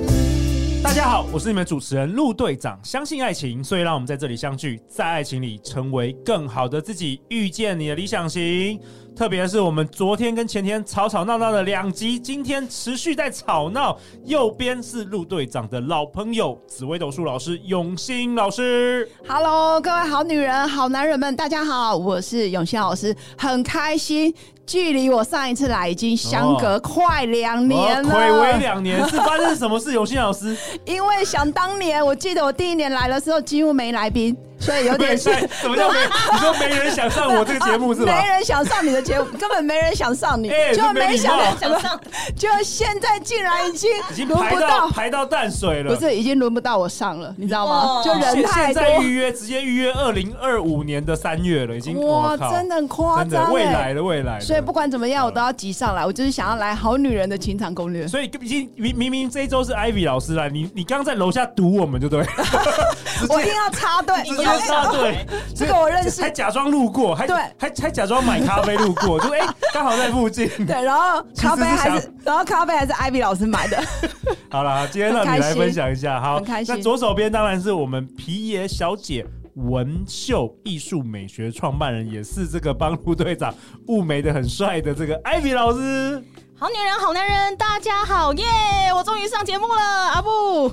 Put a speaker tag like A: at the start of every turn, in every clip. A: love.
B: 大家好，我是你们主持人陆队长。相信爱情，所以让我们在这里相聚，在爱情里成为更好的自己，遇见你的理想型。特别是我们昨天跟前天吵吵闹闹的两集，今天持续在吵闹。右边是陆队长的老朋友紫薇斗数老师永兴老师。
C: Hello，各位好女人、好男人们，大家好，我是永新老师，很开心，距离我上一次来已经相隔快两年
B: 哦暌违
C: 了。
B: 两年，是发生什么事？永兴老 师，
C: 因为想当年，我记得我第一年来的时候几乎没来宾，所以有点是
B: 对什么 叫没？你说没人想上我这个节目是吧？
C: 没人想上你的节目，根本没人想上你，
B: 哎
C: 就
B: 这没
C: 没
B: 礼
C: 想
B: 貌
C: 想上，就现在竟然已经
B: 已经
C: 轮
B: 排
C: 不
B: 到
C: 到，
B: 排到淡水了，
C: 不是已经轮不到我上了，你知道吗？就人
B: 现现
C: 太多。
B: 在预约，直接预约二零二五年的三月了，已经
C: 哇，
B: 靠
C: 真的很夸
B: 真的
C: 张、欸！
B: 未来的未来的，嗯
C: 所以不管怎么样，我都要急上来。我就是想要来《好女人的情场 攻略》。
B: 所以已经明明明这一周是 Ivy 老师来，你你刚刚在楼下堵我们就对 了，
C: 我一定要插队，
B: 直
C: 因
B: 接
C: 为
B: 插 队，
C: 这个我认识
B: 还。假装路过，还
C: 对
B: 还还假装买咖啡路 过，就哎刚好在附近。
C: 对，然后咖啡还
B: 其实是
C: 是，然后咖啡还是艾比老师买的。
B: 好啦，今天让你
C: 很开
B: 来
C: 心
B: 分享一下，好，
C: 很开心
B: 那左手边当然是我们皮爷小姐。文秀艺术美学创办人，也是这个帮陆队长雾眉的很帅的这个艾比老师。
D: 好女人，好男人，大家好耶！我终于上节目了，阿 布。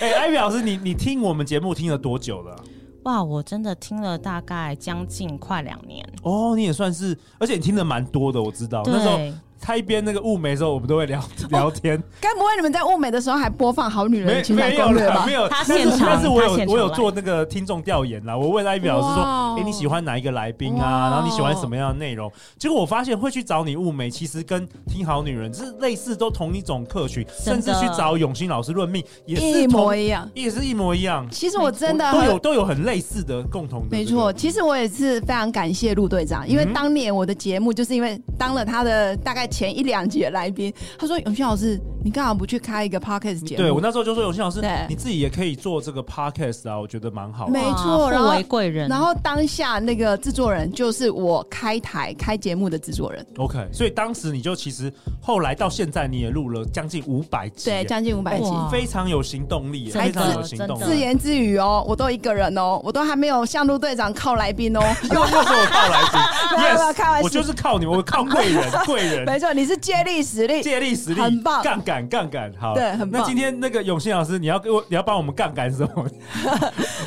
B: 哎、艾比老师，你你听我们节目听了多久了？
D: 哇，我真的听了大概将近快两年。
B: 哦，你也算是，而且你听的蛮多的，我知道。那时候
D: 对，
B: 他一边那个雾眉的时候，我们都会聊 聊天。
C: 该不会你们在物美的时候还播放《好女哦人的
B: 没
C: 情场
B: 没有
C: 攻略》
B: 啦，
C: 吧
B: 没？有。
D: 他
B: 但是
D: 现场
B: 但是我
D: 他现
B: 有
D: 场
B: 我有
D: 来
B: 做那个听众调研啦，我问艾比老师
C: 哇
B: 说
C: 哦：“
B: 哎，你喜欢哪一个来宾
C: 哇
B: 啊？
C: 哦
B: 然后你喜欢什么样的内容？”结果我发现会去找你雾眉，其实跟听好女人是类似，都同一种客群，甚
D: 真
B: 至
D: 的
B: 去找永兴老师论命也是
C: 一模
B: 同，
C: 一样。
B: 也是一模一样。
C: 其实我真的
B: 都
C: 很
B: 有都有很类似的共同的这个，
C: 没错，其实我也是非常感谢陆队长，因为
B: 嗯
C: 当年我的节目就是因为当了他的大概前一两集的来宾，他说永轩老师，你干嘛不去开一个 podcast 节目？
B: 对我那时候就说永信老师
C: 对，
B: 你自己也可以做这个 podcast 啊，我觉得蛮好的。
C: 没错
D: 哇
C: 然后
D: 互为贵人，
C: 然后当下那个制作人就是我开台开节目的制作人，
B: OK，所以当时你就其实后来到现在你也录了将近五百集耶，哎
C: 对，将近五百集。
D: 哇
B: 非常有行动力耶，
D: 真
B: 非
D: 的
B: 常有行动
D: 真
C: 自
B: 力。
D: 的
C: 言自语哦，我都一个人哦，我都还没有向陆队长靠来宾哦。
B: 又又是我靠来宾
C: 没有没有开玩
B: ，yes，
C: 笑
B: 我就是靠你们，我靠贵 人，贵人
C: 没错，你是借力使力，
B: 借力使力，
C: 很棒
B: 杠杆杠杆，好，
C: 对很棒
B: 那今天那个永信老师，你要给我，你要帮我们杠杆什 么？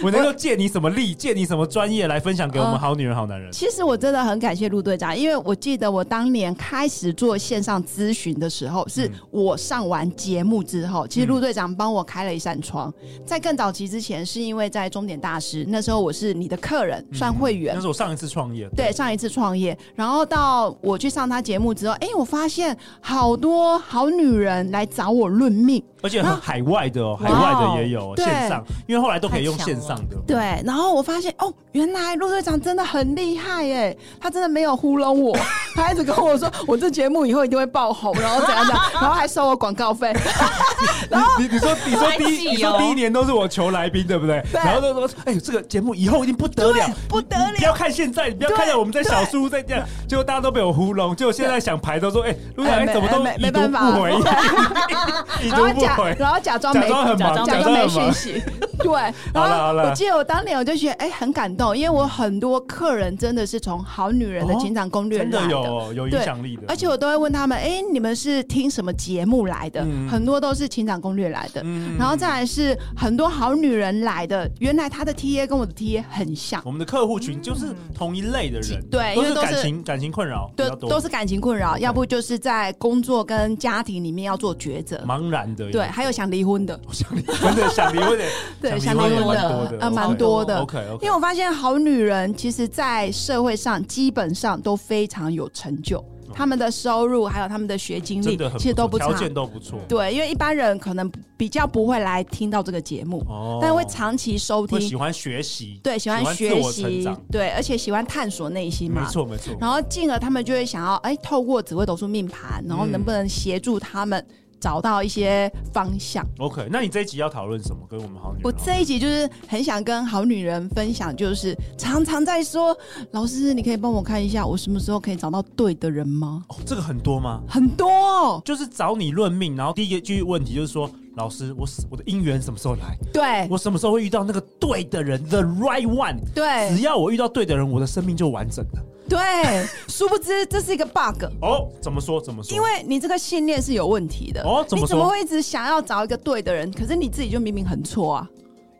B: 我能够借你什么力，借你什么专业来分享给我们
C: 嗯
B: 好女人、好男人？
C: 其实我真的很感谢陆队长，因为我记得我当年开始做线上咨询的时候，是我上完节目之后，其实陆队长帮我开了一扇窗。在更早期之前，是因为在终点大师那时候我是你的客人，算会员
B: 那。是我上一次创业，
C: 对，上一次创业，然后到我去上他节目之后，哎，我发现好多好女人来找我论命，
B: 而且很
C: 啊
B: 海外的哦，海
C: 哇
B: 外的也有哦
C: 对
B: 线上，因为后来都可以用
D: 太强
B: 线上的。
C: 对，然后我发现哦，原来陆队长真的很厉害耶，他真的没有糊弄我， 他一直跟我说我这节目以后一定会爆红，然后怎 样怎样，然后还收我广告费，
B: 你你你说你说第
D: 太
B: 一
D: 气
B: 你说
D: 哦
B: 第一年都是我求来宾，对不对？
C: 对
B: 然后都说，哎，这个节目以后一定不得了
C: 对，不得了
B: 你不要看现在，你不要看到我们在小书在这样，结果大家都被我糊弄，结果现在想排都说，哎，陆
C: 哎
B: 凯
C: 没
B: 怎么都
C: 哎没
B: 已
C: 没
B: 读
C: 办法
B: 不 回， 已
C: 然后
B: 读不
C: 假
B: 回。
C: 然后假装没
B: 假装很忙
C: 假
B: 假装
C: 装
B: 很
C: 没
B: 忙
C: 讯息，对。
B: 好了好
C: 然后
B: 了
C: 我记得我当年我就觉得哎很感动，因为我很多客人真的是从《好女人的
B: 哦
C: 情场攻略》
B: 真的
C: 来
B: 有哦有影
C: 对
B: 响力的，
C: 而且我都会问他们，哎，你们是听什么节目来的？
B: 嗯
C: 很多都是《情场攻略》来的，
B: 嗯
C: 然后再来是很多好女人来的。原来她的 T A 跟我的 T A 很像，
B: 我们的客户群就是同一类的人，
C: 嗯对
B: 都
C: 因
B: 是
C: 为都
B: 感
C: 是
B: 情感情困扰比
C: 对
B: 较，多，
C: 都是感情困扰，要不就是在工作跟家庭里面要做抉择，
B: 茫然的，
C: 对，还有想离婚的，
B: 我想离婚的，想离婚的，
C: 对，
B: 想
C: 想
B: 离
C: 离
B: 婚
D: 想离
B: 也
C: 婚
D: 婚
B: 蛮多
C: 的
B: 的，哦
C: 呃，蛮多的。
B: OK
C: 因
B: OK，
C: 为我发现好女人其实，在社会上基本上都非常有成就，他们的收入还有他们的学经历
B: 哦真的很
C: 其实都不
B: 错
C: 差
B: 条。件都不错。
C: 对，因为一般人可能比较不会来听到这个节目，
B: 哦
C: 但会长期收
B: 会喜
C: 听，
B: 欢学习，
C: 对，喜欢
B: 喜
C: 学
B: 欢自我成
C: 习
B: 长，
C: 对，而且喜欢探索内心
B: 没
C: 嘛。
B: 错没错。
C: 然后进而他们就会想要，哎，透过紫微斗数命盘，
B: 嗯
C: 然后能不能协助他们找到一些方向？
B: OK，那你这一集要讨论什么？跟我们好女人
C: 我这一集就是很想跟好女人分享，就是常常在说，老师，你可以帮我看一下，我什么时候可以找到对的人吗？
B: 哦，这个很多吗？
C: 很多、哦，
B: 就是找你论命，然后第一个句问题就是说，老师，我我的姻缘什么时候来？
C: 对
B: 我什么时候会遇到那个对的人，the right one？只
C: 对
B: 要我遇到对的人，我的生命就完整了。
C: 对，殊不知这是一个 bug。
B: 哦，怎么说？怎么说？
C: 因为你这个信念是有问题的
B: 哦怎么
C: 你怎么
B: 说
C: 会一直想要找一个对的人，可是你自己就明明很错啊？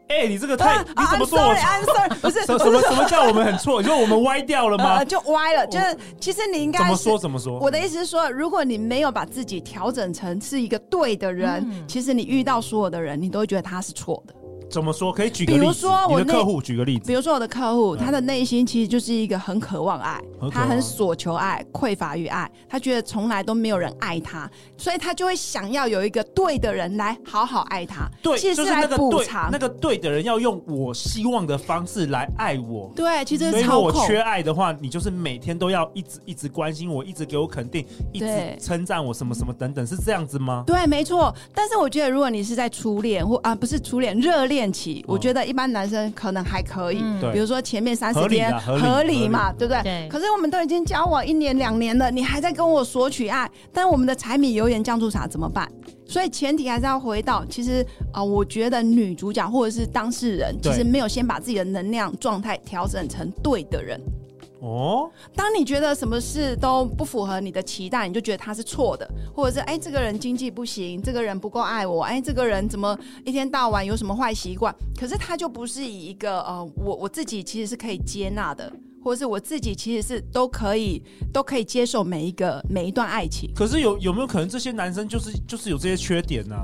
B: 哎、你这个太、
C: 啊
B: 你怎么说我？
C: ？I'm sorry，I'm sorry，不是
B: 什什么什么叫我们很错？你说我们歪掉了 吗？
C: 呃，就歪了。就是其实你应该
B: 怎么
C: 是
B: 说？怎么说？
C: 我的意思是说，如果你没有把自己调整成是一个对的人，
B: 嗯
C: 其实你遇到所有的人，你都会觉得他是错的。
B: 怎么说？可以举个例子。
C: 比如说我
B: 你的
C: 那
B: 客户举个例子。
C: 比如说我的客户，
B: 嗯
C: 他的内心其实就是一个很渴望爱，
B: 很渴望
C: 他很索求爱，匮乏于爱，他觉得从来都没有人爱他，所以他就会想要有一个对的人来好好爱他，
B: 对，
C: 其
B: 就
C: 实
B: 是
C: 来
B: 那个
C: 补
B: 对
C: 偿。
B: 那个对的人要用我希望的方式来爱我。
C: 对，其实
B: 所以，如
C: 操
B: 果我
C: 控。
B: 缺爱的话，你就是每天都要一直一直关心我，一直给我肯定，一直
C: 对
B: 称赞我什么什么等等，是这样子吗？
C: 对，没错。但是我觉得，如果你是在初恋或啊，不是初恋热恋期，我觉得一般男生可能还可以。
D: 嗯
B: 嗯对
C: 比如说前面三
B: 合
C: 十
B: 理
C: 天
B: 啦合理
C: 嘛，对不对？
D: 对
C: 可是我们都已经交往一年两年了，你还在跟我索取爱，但我们的柴米油盐酱醋茶怎么办？所以前提还是要回到，其实啊、我觉得女主角或者是当事人，其
B: 对
C: 实没有先把自己的能量状态调整成对的人。
B: 哦，
C: 当你觉得什么事都不符合你的期待，你就觉得他是错的，或者是哎，这个人经济不行，这个人不够爱我，哎，这个人怎么一天到晚有什么坏习惯？可是他就不是以一个呃，我我自己其实是可以接纳的，或者是我自己其实是都可以都可以接受每一个每一段爱情。
B: 可是有有没有可能这些男生就是就是有这些缺点呢、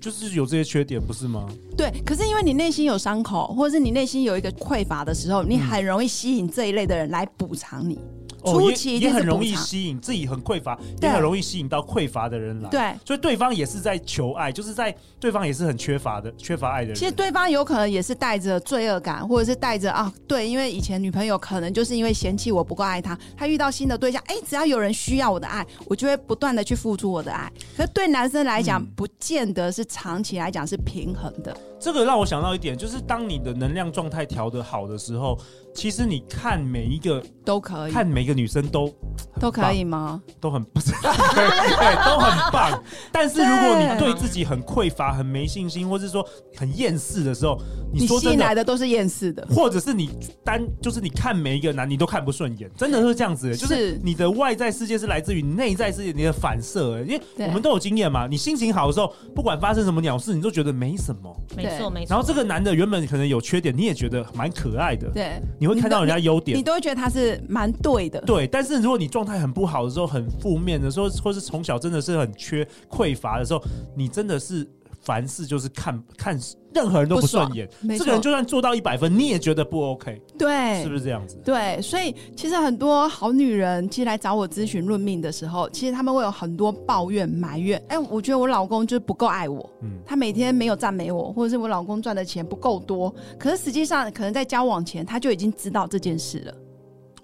B: 就是有这些缺点，不是吗？
C: 对，可是因为你内心有伤口，或者是你内心有一个匮乏的时候，
B: 嗯
C: 你很容易吸引这一类的人来补偿你。初
B: 哦也
C: 期
B: 也
C: 一定是
B: 很容
C: 补
B: 易
C: 偿
B: 吸引自己很匮乏，也
C: 对
B: 很容易吸引到匮乏的人来。，
C: 对，
B: 所以对方也是在求爱，就是在对方也是很缺乏的，缺乏爱的人。
C: 其实对方有可能也是带着罪恶感，或者是带着啊，对，因为以前女朋友可能就是因为嫌弃我不够爱她，她遇到新的对象，哎，只要有人需要我的爱，我就会不断的去付出我的爱。可是对男生来讲，
B: 嗯
C: 不见得是长期来讲是平衡的。
B: 这个让我想到一点，就是当你的能量状态调得好的时候，其实你看每一个
C: 都可以，
B: 看每一个女生都
C: 都可以吗？
B: 都很不是对 对，都很棒。但是如果你
C: 对
B: 对自己很匮乏、很没信心，或是说很厌世的时候，你
C: 你
B: 说
C: 吸
B: 真
C: 引
B: 的。
C: 来的都是厌世的，
B: 或者是你单就是你看每一个男你都看不顺眼，真的是这样子的，就是
C: 是
B: 你的外在世界是来自于你内在世界你的反射，因为
C: 对
B: 我们都有经验嘛，你心情好的时候，不管发生什么鸟事，你都觉得没什么。
D: 没错
C: 对
D: 没错。
B: 然后这个男的原本可能有缺点，你也觉得蛮可爱的，
C: 对，
B: 你会看到人家优
C: 你
B: 点。
C: 都会觉得他是蛮对的。
B: 对，但是如果你状态很不好的时候，很负面的时候，或是从小真的是很缺匮乏的时候，你真的是凡事就是看看任何人都不顺眼
C: 爽没，错
B: 这个人就算做到一百分，你也觉得不 OK，
C: 对，
B: 是不是这样子？
C: 对，所以其实很多好女人其实来找我咨询论命的时候，其实她们会有很多抱怨、埋怨。哎，我觉得我老公就是不够爱我，
B: 嗯
C: 他每天没有赞美我，或者是我老公赚的钱不够多。可是实际上，可能在交往前他就已经知道这件事了，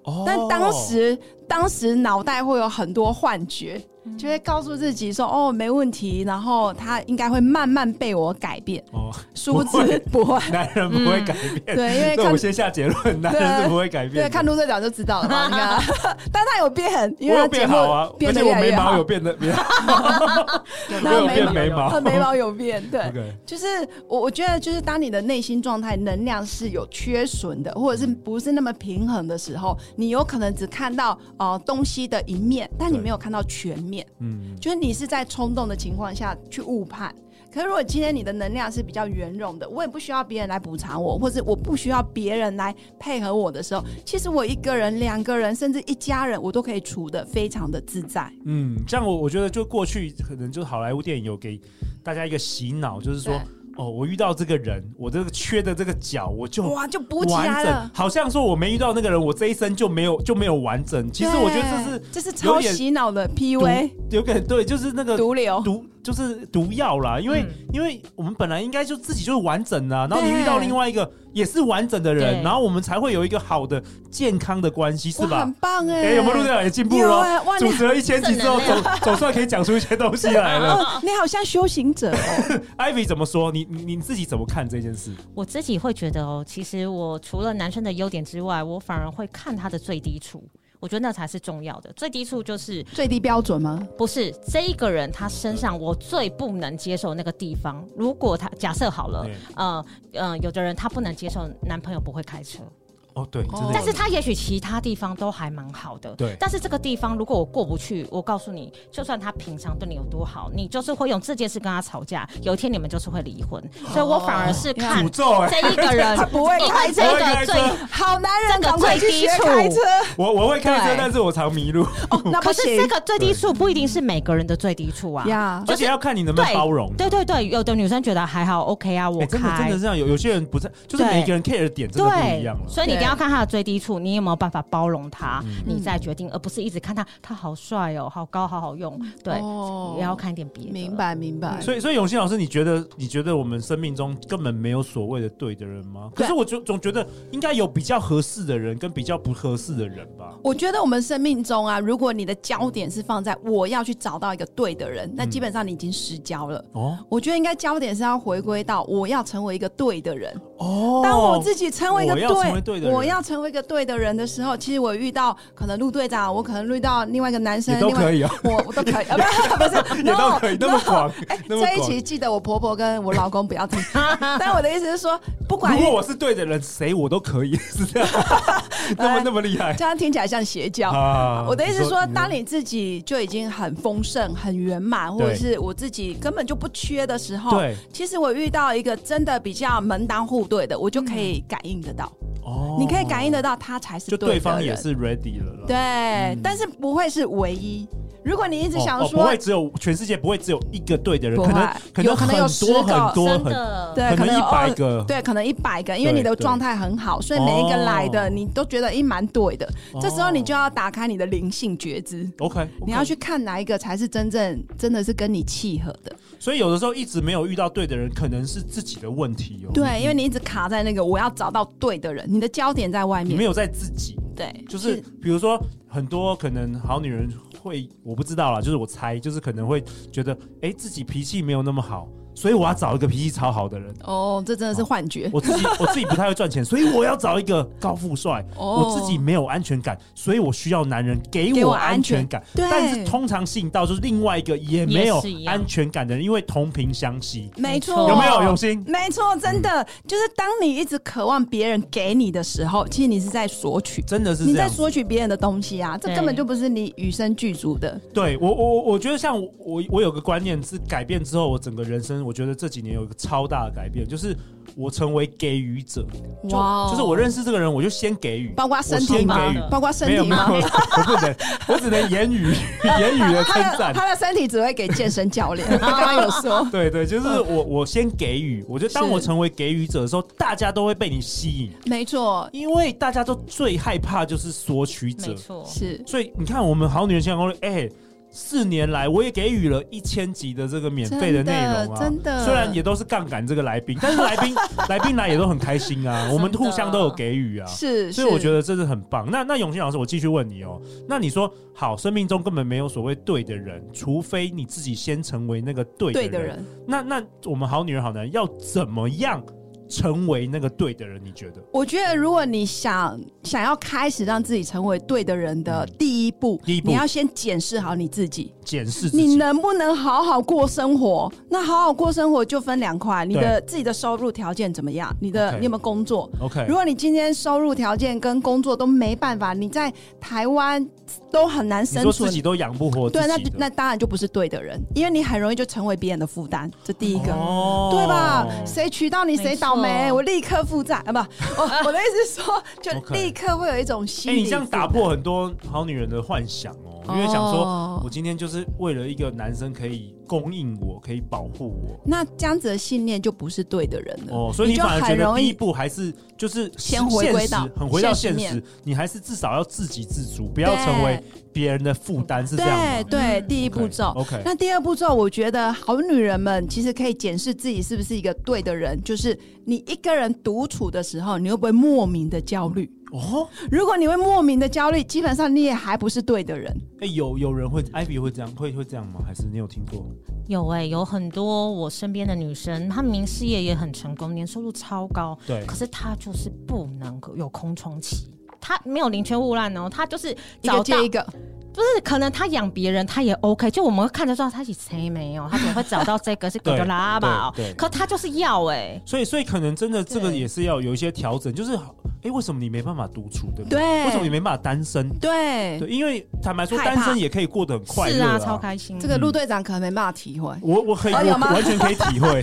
B: 哦
C: 但当时、当时脑袋会有很多幻觉，就会告诉自己说：“哦，没问题。”然后他应该会慢慢被我改变。
B: 哦，
C: 殊不
B: 不会
C: 知 不会，
B: 男人不会改 变，
C: 嗯对，因为
B: 这
C: 看
B: 我先下结论，男人是不会改变
C: 对，
B: 的。
C: 看陆队长就知道 了嘛。你看， 但他有变，因
B: 我
C: 为
B: 有
C: 他节
B: 变
C: 目
B: 好啊，而
C: 变
B: 且
C: 得
B: 我
C: 越来
B: 眉
C: 越
B: 毛有
C: 好，
B: 变得变
C: 他
B: 我有变眉毛
C: 他眉毛有变，对。
B: ，OK，
C: 就是我，我觉得就是当你的内心状态能量是有缺损的，或者是不是那么平衡的时候，你有可能只看到呃东西的一面，但你
B: 对
C: 没有看到全面。
B: 嗯，
C: 就是你是在冲动的情况下去误判。可是如果今天你的能量是比较圆融的，我也不需要别人来补偿我，或者我不需要别人来配合我的时候，其实我一个人、两个人，甚至一家人，我都可以处的非常的自在。
B: 嗯，这样我我觉得就过去可能就好莱坞电影有给大家一个洗脑，就是说
C: 对
B: 哦，我遇到这个人，我这个缺的这个角，我就
C: 哇，就补起来
B: 完
C: 了
B: 整。。好像说我没遇到那个人，我这一生就没有就没有完整。其实我觉得
C: 对这是
B: 有
C: 超
B: 点
C: 洗脑的
B: 这
C: PUA
B: 是毒，有点对，就是那个
C: 毒瘤。
B: 毒就是毒药啦，因为、
D: 嗯
B: 因为我们本来应该就自己就是完整的、啊，然后你
C: 对
B: 遇到另外一个也是完整的人，
D: 对
B: 然后我们才会有一个好的健康的关系，是
C: 哇，
B: 吧
C: 很？棒哎、
B: 哎、有没有录队长也进步
C: 有
B: 了
C: 哎、哇，你
B: 主持了一千集之后，
D: 正
B: 总总算可以讲出一些东西来了。
C: 哦，你好像修行者哦，
B: Ivy 怎么说？你你你自己怎么看这件事？
E: 我自己会觉得哦，其实我除了男生的优点之外，我反而会看他的最低处。我觉得那才是重要的，最低处就是
C: 最低标准吗？
E: 不是这一个人他身上我最不能接受那个地方。如果他假设好了
B: 对，
E: 呃呃，有的人他不能接受男朋友不会开车，
B: 哦，对，真的
C: 哦
B: 有
E: 但是他也许其他地方都还蛮好的。
B: 对
E: 但是这个地方如果我过不去，我告诉你，就算他平常对你有多好，你就是会用这件事跟他吵架，有一天你们就是会离婚。
B: 哦
E: 所以我反而是看
B: 诅咒哎、
E: 这一个 人，
C: 他不会
E: 因
C: 开
E: 为
C: 车
E: 这个最
B: 不会开
C: 好男人，
E: 这个
C: 赶快去
E: 最低
C: 学
E: 处
C: 开车。
B: 我我会开车
C: 对，
B: 但是我常迷路，
C: 那不
E: 可是
C: 行
E: 这个最低处不一定是每个人的最低处 啊。
C: 呀
E: 就
B: 而
E: 是
B: 且要看你能不能
E: 对
B: 包容。
E: 对对对，有的女生觉得还好，OK 啊，我
B: 哎真的真
E: 开
B: 的。是这样，有有些人不在，就是
E: 对
B: 每个人 care 的点真的不一
E: 对
B: 样了，。
E: 所以你一定
C: 对
E: 要看他的最低处，你有没有办法包容他，
B: 嗯
E: 你再决定，而不是一直看他，他好帅哦，好高，好好用，对，
C: 哦
E: 也要看一点别的。
C: 明。白明白。
B: 所以，所以永新老师，你觉得你觉得我们生命中根本没有所谓的对的人吗？可
C: 对
B: 是我就总觉得应该有比较合适的人跟比较不合适的人吧。
C: 我觉得我们生命中啊，如果你的焦点是放在我要去找到一个对的人，那基本上你已经失焦了。
B: 哦
C: 我觉得应该焦点是要回归到我要成为一个对的人。
B: 哦
C: 当我自己成为一个
B: 我
C: 对，
B: 要成为对的人
C: 我要成为一个对的人的时候，其实我遇到可能陆队长，我可能遇到另外一个男生
B: 也，都
C: 另外
B: 可以啊，
C: 我我都 可以，啊不是不是，
B: 也都
C: no，
B: 可以，那么
C: no
B: 广，
C: 哎，
B: 那么
C: 这一
B: 广。
C: 期记得我婆婆跟我老公不要 听。但我的意思是说，不管
B: 如果我是对的人，谁我都可以， 是 这样，那么那么厉害
C: 这样听起来像邪教。
B: 啊
C: 哎我的意思是说，
B: 你
C: 当你自己就已经很丰盛、很圆满，或者
B: 对
C: 是我自己根本就不缺的时候，
B: 对
C: 其实我遇到一个真的比较门当户对的，我就可以感应得到，
B: 哦
C: 你可以感应得到他才是
B: 就
C: 对的
B: 对方也
C: 人
B: 是 ready 了啦。
C: 对，但是不会是唯一。如果你一直
B: 哦
C: 想
B: 哦
C: 说，
B: 不会只有全世界不会只有一个对的人，
C: 不
B: 可
C: 会
B: 能可
C: 有
B: 能
C: 可
B: 很
C: 能有
B: 多
C: 10个
B: 很多很
E: 真的，
C: 对，
B: 可能一百
C: 有
B: 个，
C: 对，可能一百个，因为
B: 对
C: 你的
B: 对
C: 状态很好，所以每一个来的
B: 哦
C: 你都觉得诶蛮对的。这时候你就
B: 要
C: 要打开你的灵性觉知，
B: OK，
C: 你要去看哪一个才是真正真的是跟你契合的。
B: 所以有的时候一直没有遇到对的人，可能是自己的问题哦。
C: 对，因为你一直卡在那个我要找到对的人，你的焦点在外
B: 你没
C: 面。
B: 有在自己，
C: 对，
B: 就是比如说很多可能好女人会，我不知道啦，就是我猜，就是可能会觉得，哎、自己脾气没有那么好，所以我要找一个脾气超好的人。
C: 哦，这真的是幻觉。
B: 我自己我自己不太会赚钱，所以我要找一个高富帅。
C: 哦
B: 我自己没有安全感，所以我需要男人给
C: 给
B: 我
C: 我
B: 安全感。
C: 对
B: 但是通常吸引到就是另外一个也没有
E: 也是一样
B: 安全感的人，因为同频相吸。
C: 没
E: 哦
C: 错，
B: 有没有嗯永兴？
C: 没错，真的就是当你一直渴望别人给你的时候，其实你是在索取，
B: 真的是
C: 你
B: 这样
C: 在
B: 子
C: 索取别人的东西啊，这
E: 对
C: 根本就不是你与生俱足的。
B: 对我，我我我觉得像我我我有个观念是改变之后，我整个人生，我觉得这几年有一个超大的改变，就是我成为给予者。就
C: 哇哦
B: 就是我认识这个人，我就先给予，
C: 包括身体
B: 我先
C: 吗
B: 给予，
C: 包括身
B: 没有
C: 体
B: 没有，
C: 吗？
B: 我不能，我只能言 语言语的称
C: 他的
B: 赞。哦
C: 他的身体只会给健身教 练，刚刚有说。
B: 对对，就是
C: 嗯
B: 我，我先给予。我觉得当
C: 是
B: 我成为给予者的时候，大家都会被你吸引，
C: 没错，
B: 因为大家都最害怕就是索取者
E: 没。错，
C: 是
B: 所以你看，我们好女人情感攻略，哎、四年来我也给予了一千集的这个免费的内容啊，
C: 真的真的
B: 虽然也都是杠杆这个来宾，但是来 宾 来宾来也都很开心啊，我们
E: 真的
B: 互相都有给予啊。
C: 是，
B: 所以我觉
C: 得
B: 得这是很棒。那那永新老师，我继续问你哦。那你说好，生命中根本没有所谓对的人，除非你自己先成为那个对的
C: 对
B: 人。
C: 的人，
B: 那那我们好女人好男人要怎么样成为那个对的人？你觉得
C: 我觉得如果你想想要开始让自己成为对的人的第一步，
B: 第一步
C: 你要先检视好你自己，
B: 检视自
C: 你
B: 己
C: 能不能好好过生活？那好好过生活就分两块，你的自己的收入条件怎么样？你的
B: OK
C: 你有没有工作？
B: ？OK，
C: 如果你今天收入条件跟工作都没办法，你在台湾都很难
B: 你
C: 生
B: 说
C: 存
B: 自己都养不活自
C: 对，
B: 己
C: 那
B: 的，
C: 那当然就不是对的人，因为你很容易就成为别人的负担，这第一个，
B: 哦
C: 对吧？谁娶到你谁倒霉，我立刻负债 啊！不，我我的意思是说，就
B: OK
C: 立刻会有一种心
B: 哎，
C: 理。
B: 你这样打破很多好女人的幻想哦，因为想说
C: 哦
B: 我今天就是为了一个男生可以供应我，可以保护我。
C: 那这样子的信念就不是对的人了。
B: 哦，所以你
C: 就
B: 反而觉
C: 很
B: 得
C: 容
B: 第一
C: 易
B: 步还是就是
C: 先回归到
B: 现实很回到
C: 现
B: 现
C: 实
B: 实
C: 面，
B: 你还是至少要自给自足，不要成为别人的负担，是这样
C: 对
B: 吗？
C: 对，第一
B: OK，
C: 步骤。
B: OK，
C: 那第二步骤，我觉得好女人们其实可以检视自己是不是一个对的人，就是你一个人独处的时候，你会不会莫名的焦虑？
B: 哦，
C: 如果你会莫名的焦虑，基本上你也还不是对的人。
B: 哎，有有人会，艾比会这样，会会这样吗？还是你有听过？
E: 有哎、有很多我身边的女生，她明明事业也很成功，年收入超高，
B: 对
E: 可是她就是不能够有空窗期。她没有宁缺毋滥哦，她就是
C: 一
E: 找
C: 个
E: 到
C: 接一个，
E: 不是，可能她养别人，她也 OK。就我们会看得到她其实谁没有，她怎么会找到这 个是狗就拉吧、哦
B: 对对对
E: 可她就是要哎、
B: 所以，所以可能真的这个
E: 对
B: 也是要有一些调整，就是，哎，为什么你没办法独处，对不
C: 对
B: 为什么你没办法单身？
C: 对，
B: 对，因为坦白说，
C: 害怕
B: 单身也可以过得很快
E: 是
B: 乐
E: 啊，超开 心。
C: 这个
B: 嗯
C: 陆队长可能没办法体会。
B: 我我可以，
C: 哦
B: 我
C: 有吗
B: 完全可以体 会。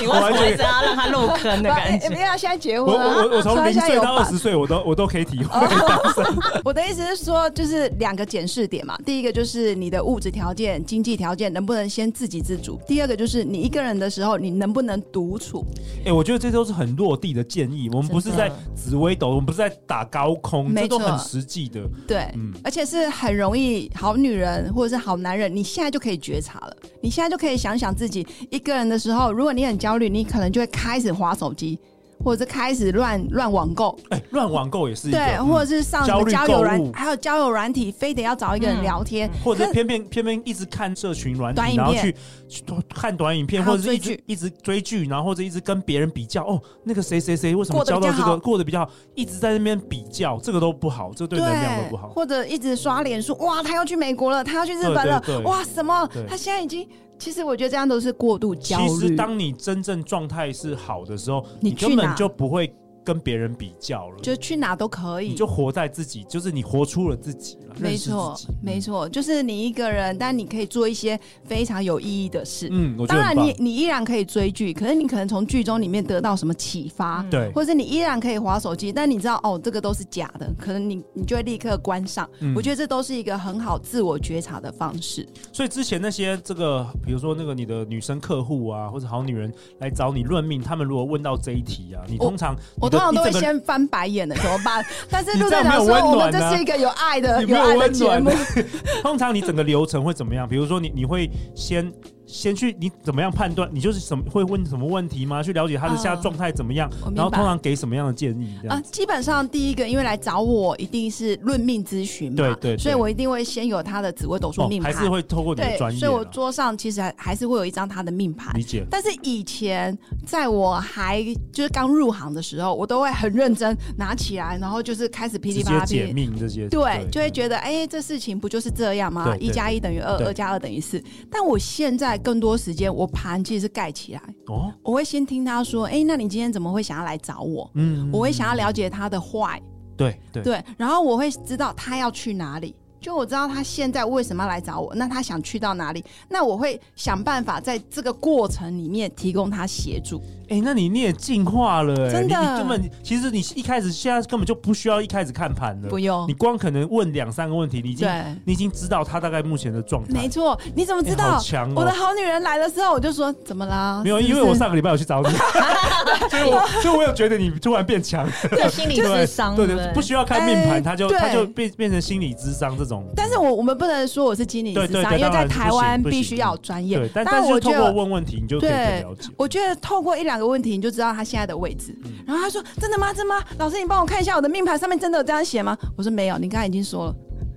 E: 你为什么一直要让她入坑 的感
C: 不
E: 觉？
C: 要现在结
B: 我
C: 婚啊！
B: 我我从
C: 所以
B: 零
C: 现在
B: 岁
C: 有哦
B: 到二
C: 伴
B: 十岁，我都我都可以体会。
C: 我的意思是说，就是两个检视点嘛。第一个就是你的物质条件、经济条件能不能先自给自足；第二个就是你一个人的时候，你能不能独处？
B: 哎、我觉得这都是很落地的建议，我们不是在紫微斗，我们不是在打高空，这
C: 没
B: 都
C: 错
B: 很实际的。
C: 对，
B: 嗯
C: 而且是很容易，好女人或者是好男人，你现在就可以觉察了。你现在就可以想想自己一个人的时候，如果你很焦虑，你可能就会开始划手机，或者是开始乱乱网 购，
B: 哎、乱网购也是一个，
C: 对，
B: 嗯
C: 或者是上
B: 焦
C: 什么
B: 虑
C: 交
B: 购
C: 友
B: 物嗯
C: 软，还有交友软体，非得要找一个人聊天，
B: 或者偏偏偏偏一直看社群软
C: 短
B: 体，
C: 影
B: 然后
C: 片
B: 去去看短影片，
C: 还
B: 或
C: 有
B: 者是一
C: 追
B: 直
C: 剧
B: 一直追剧，然后或者一直跟别人比较，哦，那个谁谁谁为什么
C: 过得
B: 交到
C: 比
B: 这
C: 较
B: 个
C: 好
B: 过得比较好，一直在那边比较，这个都不好，这对能量都不好。
C: 或者一直刷脸书，哇，他要去美国了，他要去日本了，
B: 对对对
C: 哇，什么
B: 对？
C: 他现在已经，其实我觉得这样都是过度焦
B: 其实
C: 虑。
B: 当你真正状态是好的时候，
C: 你
B: 你根
C: 去
B: 本
C: 哪
B: 就不会跟别人比较了，
C: 就去哪都可
B: 你
C: 以，
B: 就活在自己，就是你活出了自己了，
C: 没
B: 认识
C: 错
B: 自己，
C: 没。错，就是你一个人，但你可以做一些非常有意义的事。
B: 嗯，我觉
C: 当
B: 得很
C: 然
B: 棒
C: 你，你依然可以追剧，可是你可能从剧中里面得到什么启发，
E: 嗯
B: 对，
C: 或者是你依然可以划手机，但你知道哦，这个都是假的，可能你你就会立刻关上。
B: 嗯
C: 我觉得这都是一个很好自我觉察的方式。
B: 所以之前那些这个，比如说那个你的女生客户啊，或者好女人来找你论命，他们如果问到这一题啊，你
C: 我
B: 通常
C: 我
B: 你的
C: 通常都会
B: 你整个
C: 先翻白眼的，怎么 办？但是
B: 你
C: 陆
B: 这
C: 队
B: 样没有
C: 长
B: 温
C: 说，我
B: 暖
C: 们这
B: 啊
C: 是一个有爱的、
B: 你没有
C: 爱的
B: 温
C: 节
B: 暖
C: 目。
B: 通常你整个流程会怎么样？比如说你你会先先去你怎么样判断？你就是什么会问什么问题吗？去了解他的
C: 哦
B: 现在状态怎么样，
C: 我明白
B: 然后通常给什么样的建议？这样、
C: 啊，基本上第一个，因为来找我一定是论命咨询嘛，
B: 对对对
C: 所以我一定会先有他的紫微斗数
B: 哦
C: 命
B: 还
C: 盘，
B: 是会透过你的
C: 对，
B: 专业啊、
C: 所以我桌上其实还还是会有一张他的命盘
B: 理。解。
C: 但是以前在我还就是刚入行的时候，我都会很认真拿起来，然后就是开始噼
B: 直
C: 里
B: 接
C: 啪啦噼
B: 解
C: 里
B: 命这些，
C: 对，就会觉得哎、这事情不就是这样吗
B: 对？对
C: 一加一等于二，
B: 对
C: 二加二等于四。但我现在更多时间，我盘其实是盖起来，
B: 哦，
C: 我会先听他说，哎、那你今天怎么会想要来找我？
B: 嗯
C: 我会想要了解他的坏，
B: 对嗯对
C: 对，然后我会知道他要去哪里。就我知道他现在为什么要来找我，那他想去到哪里？那我会想办法在这个过程里面提供他协助。
B: 哎、那你你也进化了、欸，
C: 真的
B: 你你根本其实你一开始现在根本就不需要一开始看盘了，
C: 不用
B: 你光可能问两三个问题，你已经
C: 对
B: 你已经知道他大概目前的状态，
C: 没错，你怎么知
B: 哎
C: 道
B: 好？强哦
C: 我的好女人来的时候，我就说怎么啦？
B: 没有，
C: 是不
B: 因为我
C: 是
B: 上个礼拜有去找 你，所以我所以我有觉得你突然变强，
E: 这心理智商
B: 对
E: 对
B: 对，
E: 对
B: 不需要看命
C: 哎
B: 盘，他就他
C: 对
B: 就变变成心理智商这种。
C: 但是我我们不能说我是经理
B: 对
C: 智
B: 对
C: 商，
B: 对
C: 因为
B: 当然
C: 在台
B: 不行
C: 湾
B: 不行
C: 必
B: 嗯
C: 须要有专业
B: 对，。但
C: 但
B: 但是
C: 我
B: 透
C: 觉
B: 过
C: 得，
B: 问问题，你就可以
C: 对
B: 了解。
C: 我觉得透过一两个问题，你就知道他现在的位置。
B: 嗯
C: 然后他说：“真的吗？真的吗？老师，你帮我看一下我的命盘上面真的有这样写吗？”我说：“没有，你刚才已经说了。”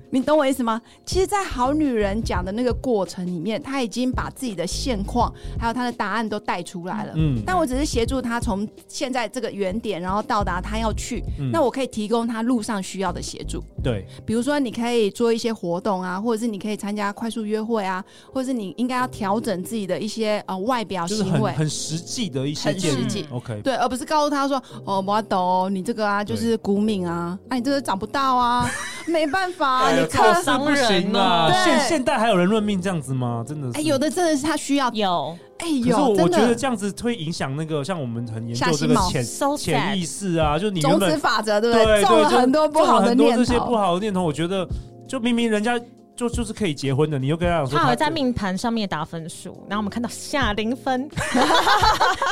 C: 你懂我意思吗？其实，在好女人讲的那个过程里面，她已经把自己的现况还有她的答案都带出来了。
B: 嗯
C: 但我只是协助她从现在这个原点，然后到达她要去。
B: 嗯
C: 那我可以提供她路上需要的协助。
B: 对，
C: 比如说，你可以做一些活动啊，或者是你可以参加快速约会啊，或者是你应该要调整自己的一些呃外表
B: 就是
C: 行
B: 很
C: 为。
B: 很实际的一些
C: 很
B: 建
E: 实
B: 议
E: 际。
B: OK，
C: 对，而不是告诉他说哦，我懂你这个啊，就是
B: 对
C: 骨敏啊，啊，你这个长不到啊，没办法，
F: 哎
C: 你
B: 哎靠
C: 看，
B: 是不行啊！
C: 对
B: 现现代还有人论命这样子吗？真的是
C: 哎，有的真的是他需要，
E: 有
C: 哎
B: 可是我
C: 呦，
B: 我
C: 真
B: 觉得
C: 的
B: 这样子会影响那个，像我们很研究
C: 下
B: 这
C: 心
B: 个
C: 毛
B: 潜
E: So sad
B: 潜意识啊，就你原
C: 种子
B: 本
C: 法则，对不
B: 对
C: 对？种了
B: 就
C: 很多不好
B: 种了
C: 的
B: 很
C: 念
B: 多这些不
C: 头，
B: 好的念头，我觉得就明明人家就就是可以结婚的，你又跟他讲说
E: 他还在
B: 这
E: 命盘上面打分数，然后我们看到下零分，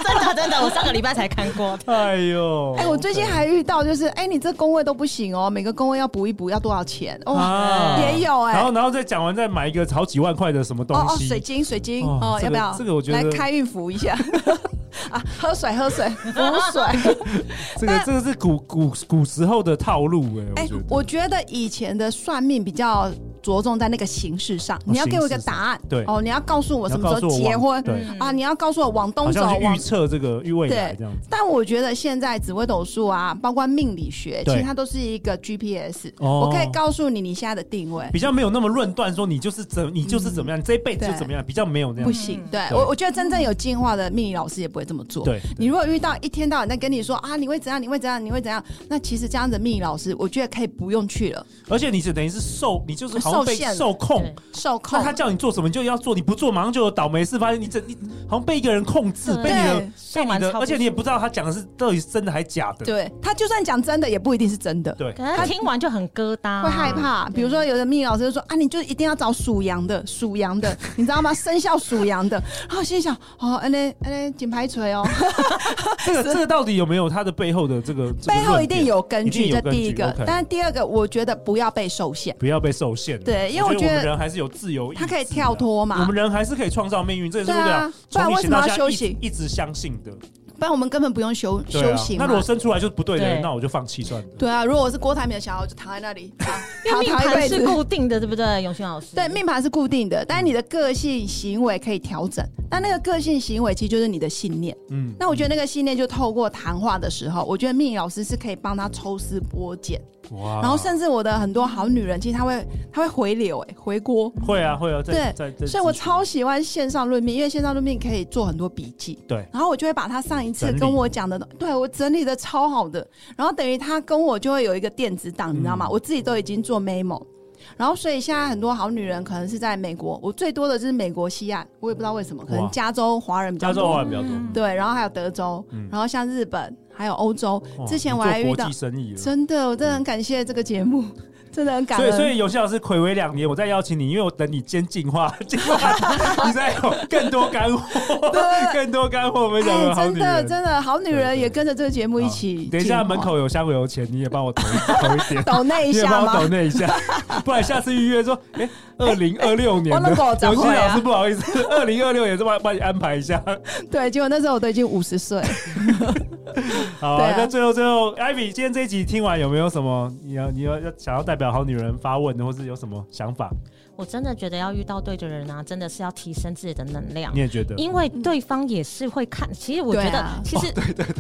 E: 真的真的，我上个礼拜才看过。
B: 哎呦，
C: 哎，我最近还遇到就是，哎，你这工位都不行哦，每个工位要补一补，要多少钱？哇，
B: 啊
C: 也有哎
B: 然后然后再讲完再买一个好几万块的什么东
C: 哦哦，
B: 西，
C: 水晶水晶
B: 哦
C: 哦，
B: 这个
C: 要不要？
B: 这个我觉得
C: 来开运符一下 啊，喝水喝水，补 水。
B: 这个
C: 但
B: 这个是古古古时候的套路哎、
C: 哎
B: 我觉得，
C: 我觉得以前的算命比较着重在那个形式
B: 哦
C: 上，你要给我一个答案，
B: 对
C: 哦，你要告诉我什么时候
B: 你要
C: 结
B: 告诉我
C: 婚
B: 往对
C: 啊，你要告诉我往
B: 好
C: 东走
B: 像去预
C: 往。
B: 测这个预未来这样子
C: 但我觉得现在紫微斗数啊，包括命理学，
B: 对
C: 其实它都是一个 GPS，
B: 哦
C: 我可以告诉你你现在的定位。
B: 比较没有那么论断，说你就是怎你就是怎么
C: 嗯
B: 样，你这一辈子就怎么样，比较没有那样
C: 不。行，嗯对
B: 对
C: 我我觉得真正有进化的命理老师也不会这么做。
B: 对
C: 你如果遇到一天到晚在跟你说啊，你会怎样，你会怎样，你会怎样，那其实这样的命理老师，我觉得可以不用去了，
B: 而且你只等于是受，你就是好像被
C: 受限了
B: 受控
E: 对。
C: 受控
B: 那。他叫你做什么，你就要做，你不做马上就有倒霉事发生。你这你好像被一个人控制，
E: 对
B: 被你的被
E: 上
B: 你
E: 完
B: 的，
E: 超
B: 而且你也不知道他讲的是到底是真的还假的。
C: 对他就算讲真的，也不一定是真的。
B: 对
E: 可是听完就很疙瘩，啊
C: 会害。怕。比如说，有的命理老师就说啊，你就一定要找属羊的，属羊的，你知道吗？生肖属羊的。然后心想，哦，哎嘞哎嘞，紧排锤哦，
B: 这个这个到底有没有他的背后的这个这个
C: 背后一定
B: 论点
C: 有根
B: 一
C: 据，
B: 定有
C: 这
B: 根
C: 第一
B: 据
C: 个
B: ，OK。
C: 但是第二个，我觉得不要被受限，
B: 不要被受限了。
C: 对因为
B: 我
C: 我
B: 觉得我
C: 觉
B: 们
C: 得
B: 人还是有自由意志
C: 他
B: 的，
C: 可以跳脱
B: 我
C: 嘛
B: 们。人还是可以创造命运，这也是
C: 对啊
B: 我
C: 不然
B: 从以
C: 为
B: 前
C: 什么
B: 到
C: 要
B: 现在
C: 修
B: 一直
C: 行
B: 一直相信的，
C: 不然我们根本不用修
B: 对
C: 修
B: 啊
C: 行
B: 那如果
C: 嘛。
B: 生出来就是不对的人，
E: 对
B: 那我就放弃算了。
C: 对啊，如果我是郭台铭的小孩，我就躺在那 里，躺
E: 因为
C: 躺
E: 命
C: 躺一辈
E: 盘是
C: 子。
E: 固定的，对不对，永勋老师？
C: 对，命盘是固定的，但是你的个性行为可以调整。但那个个性行为其实就是你的信念。
B: 嗯，
C: 那我觉得那个信念就透过谈话的时候，我觉得命理老师是可以帮他抽丝剥茧，
B: 哇
C: 然后甚至我的很多好女人，其实她会她会回流哎、回锅。
B: 会啊会啊，在
C: 对
B: 在在，
C: 所以我超喜欢线上论命，因为线上论命可以做很多笔记。
B: 对
C: 然后我就会把他上一次
B: 整理
C: 跟我讲的，对我整理的超好的，然后等于他跟我就会有一个电子档，你知道
B: 嗯
C: 吗？我自己都已经做 memo，然后所以现在很多好女人可能是在美国，我最多的就是美国西岸，我也不知道为什么，可
B: 哇
C: 能加州华人比较
B: 加
C: 多，
B: 州话比较多。
C: 对，然后还有德州，然后像日本还有欧洲，
B: 哇
C: 之前
B: 你
C: 我
B: 做
C: 还遇
B: 国
C: 到
B: 际，生意了。
C: 真的，我真的很感谢这个节目， 真的很感
B: 所以，
C: 恩。
B: 所以有些老师暌违两年，我再邀请你，因为我等你先进化， 进化，你再有更多干货，更多干货分享给好
C: 哎，
B: 女
C: 真的
B: 人。
C: 真的，好女
B: 对对
C: 人也跟着这个节目一起。
B: 好等一下门口有香油钱，你也帮我投一投一点，
C: 抖那一
B: 你也
C: 下
B: 帮我抖
C: 吗？
B: 那一下， 不然下次预约说，哎，二零二六年
C: 我
B: 的
C: 那狗怎
B: 永
C: 么
B: 新
C: 会啊
B: 老师不好意思，二零二六年再帮帮你安排一下。
C: 对，结果那时候我都已经五十岁了，
B: 好啊、
C: 对啊
B: 那最后最后，Ivy 今天这一集听完有没有什么你要你要要想要代表好女人发问的，或是有什么想法？
E: 我真的觉得要遇到对的人啊，真的是要提升自己的能量
B: 你。也觉得？
E: 因为对方也是会看，其实我觉
C: 对
E: 得
C: 啊，
E: 其
B: 哦
E: 实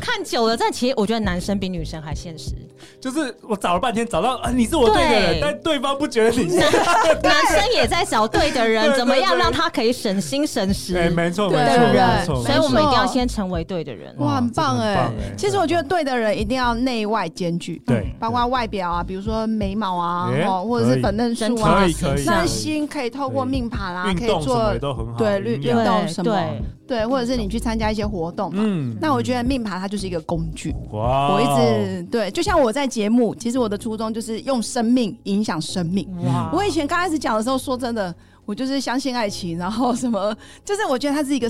E: 看久了，但其实我觉得男生比女生还 现实。
B: 就是我找了半天找到啊，你是我对的人，
E: 对
B: 但对方不觉得你是。
E: 男生也在找对的
B: 对对
E: 人，怎么样
B: 对
E: 让他可以省心省时？
B: 哎，没错没
C: 对
B: 错
C: 对
B: 没错，
E: 所以我们一定要
C: 没错
E: 先成为对的人。
B: 哇
C: 哇，很棒
B: 真的很
C: 哎
B: 棒哎！
C: 其实我觉得对的人一定要内外兼具，
B: 对
C: 包括外表啊，比如说眉毛啊
B: 哎，
C: 哦，或者
B: 可以
C: 是粉嫩素
E: 哇
B: 可
C: 啊
B: 以，可以，
C: 那
B: 可以
C: 心可以透过
B: 可以
C: 命盘啊，可
B: 运动
C: 以
B: 什么
C: 做
B: 也都很好，
C: 对运
B: 营
C: 运
B: 养
C: 动
E: 对
C: 什么
E: 对，
C: 对，或者是你去参加一些活动嘛。
B: 嗯，
C: 那我觉得命盘它就是一个工具，
B: 哇哦
C: 我一直对，就像我在节目，其实我的初衷就是用生命影响生命。
B: 啊
E: 哇
C: 我以前刚开始讲的时候，说真的，我就是相信爱情，然后什么， 就是我觉得它是一个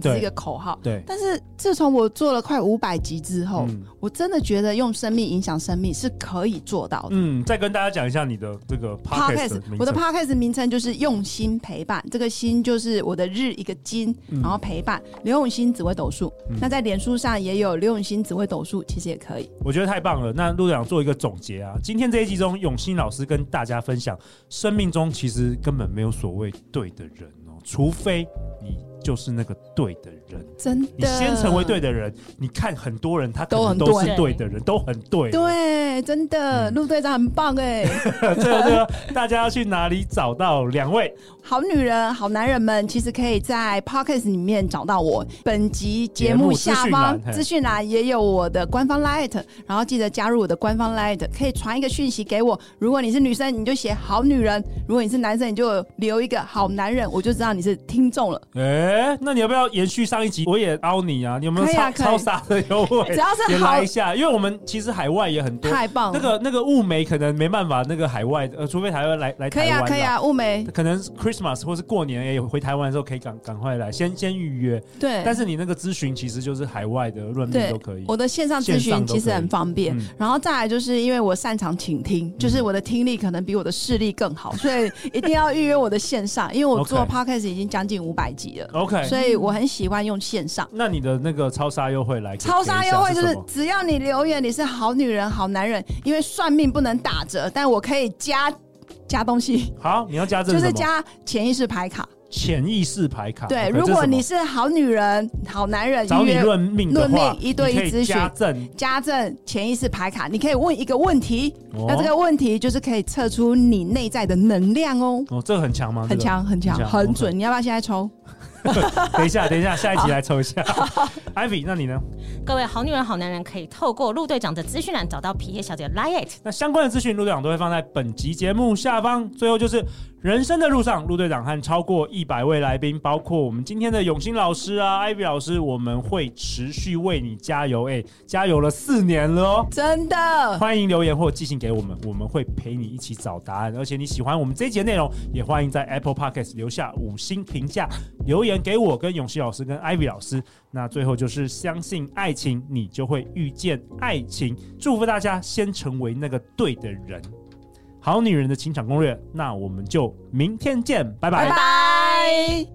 B: 对
C: 只是一个口号。
B: 对
C: 但是自从我做了快五百集之后，
B: 嗯
C: 我真的觉得用生命影响生命是可以做到的。
B: 嗯，再跟大家讲一下你的这个 podcast，名称
C: 我的 podcast 名称就是用心陪伴，这个心就是我的日一个金，
B: 嗯
C: 然后陪伴刘永新紫微斗数。那在脸书上也有刘永新紫微斗数，其实也可以。
B: 我觉得太棒了。那陆队长做一个总结啊，今天这一集中，永新老师跟大家分享，生命中其实根本没有所谓对的人哦，除非你你就是那个对的人。
C: 真的，
B: 你先成为对的人，你看很多人他可
C: 都
B: 能
C: 很
B: 都是
E: 对
B: 对的人，都很对。
C: 对，真
B: 嗯
C: 的，陆队长很棒哎、
B: 这个这个，大家要去哪里找到两位？
C: 好女人、好男人们，其实可以在 Podcast 里面找到我。本集节目下
B: 节
C: 方
B: 目资讯栏嘿
C: 资讯栏也有我的官方 Light，然后记得加入我的官方 Light，可以传一个讯息给我。如果你是女生，你就写好女人；如果你是男生，你就留一个好男人，我就知道你是听众了。
B: 哎、那你要不要延续上一集？我也凹你啊！你有没有
C: 可以
B: 超、
C: 啊可以
B: 超傻的优惠？
C: 只要
B: 也
C: 是好
B: 哎来一下，因为我们其实海外也很多，
C: 太棒
B: 那
C: 了，
B: 个那个物美可能没办法，那个海外呃，除非台湾来来
C: 可以
B: 台
C: 啊，
B: 湾，
C: 可以。啊，物美，
B: 可能 Christmas 或是过年也有回台湾的时候，可以赶赶快来，先先预约。
C: 对，
B: 但是你那个咨询其实就是海外的论命
C: 对
B: 嗯都可以。
C: 我的线上咨
B: 线上
C: 询
B: 都
C: 其实
B: 可以
C: 很方便，
B: 嗯
C: 然后再来就是因为我擅长倾听，就是我的听力可能比我的视力更 好，所以一定要预约我的线上，因为我做
B: OK
C: podcast 已经将近五百集了，
B: OK，
C: 所以我很喜欢用线上。
B: 那你的那个超杀优惠来
C: 超杀优惠就
B: 给一下
C: 是
B: 什么
C: 只要你留言你是好女人、好男人，因为算命不能打折，但我可以加加东西，
B: 好，你要啊加这
C: 就
B: 什么
C: 是加潜意识牌卡。
B: 潜意识牌卡。OK，
C: 对，如
B: 这
C: 果
B: 什么
C: 你是好女人、好男人，
B: 找
C: 预
B: 你
C: 约
B: 论命的
C: 论
B: 话，
C: 命一对一
B: 你可以
C: 咨询
B: 加赠
C: 家政潜意识牌卡，你可以问一个问题，
B: 哦
C: 那这个问题就是可以测出你内在的能量哦，
B: 哦，这个很强吗？
C: 很强很强
B: 很强
C: 很
B: OK
C: 准。你要不要现在抽？
B: 这个。等一下，等一下，下一集来抽一 下。Ivy，那你呢？
E: 各位好女人、好男人可以透过陆队长的资讯栏找到皮耶小姐 Liet。
B: 那相关的资讯，陆队长都会放在本集节目下方。最后就是人生的路上，陆队长和超过一百位来宾，包括我们今天的永兴老师啊、艾比老师，我们会持续为你加油。哎、加油了四年了哦！
C: 真的，
B: 欢迎留言或寄信给我们，我们会陪你一起找答案。而且你喜欢我们这一节内容，也欢迎在 Apple Podcast 留下五星评价，留言给我、跟永熙老师、跟 Ivy 老师。那最后就是相信爱情，你就会遇见爱情。祝福大家先成为那个对的人。好女人的情场攻略，那我们就明天见，拜拜
C: 拜拜。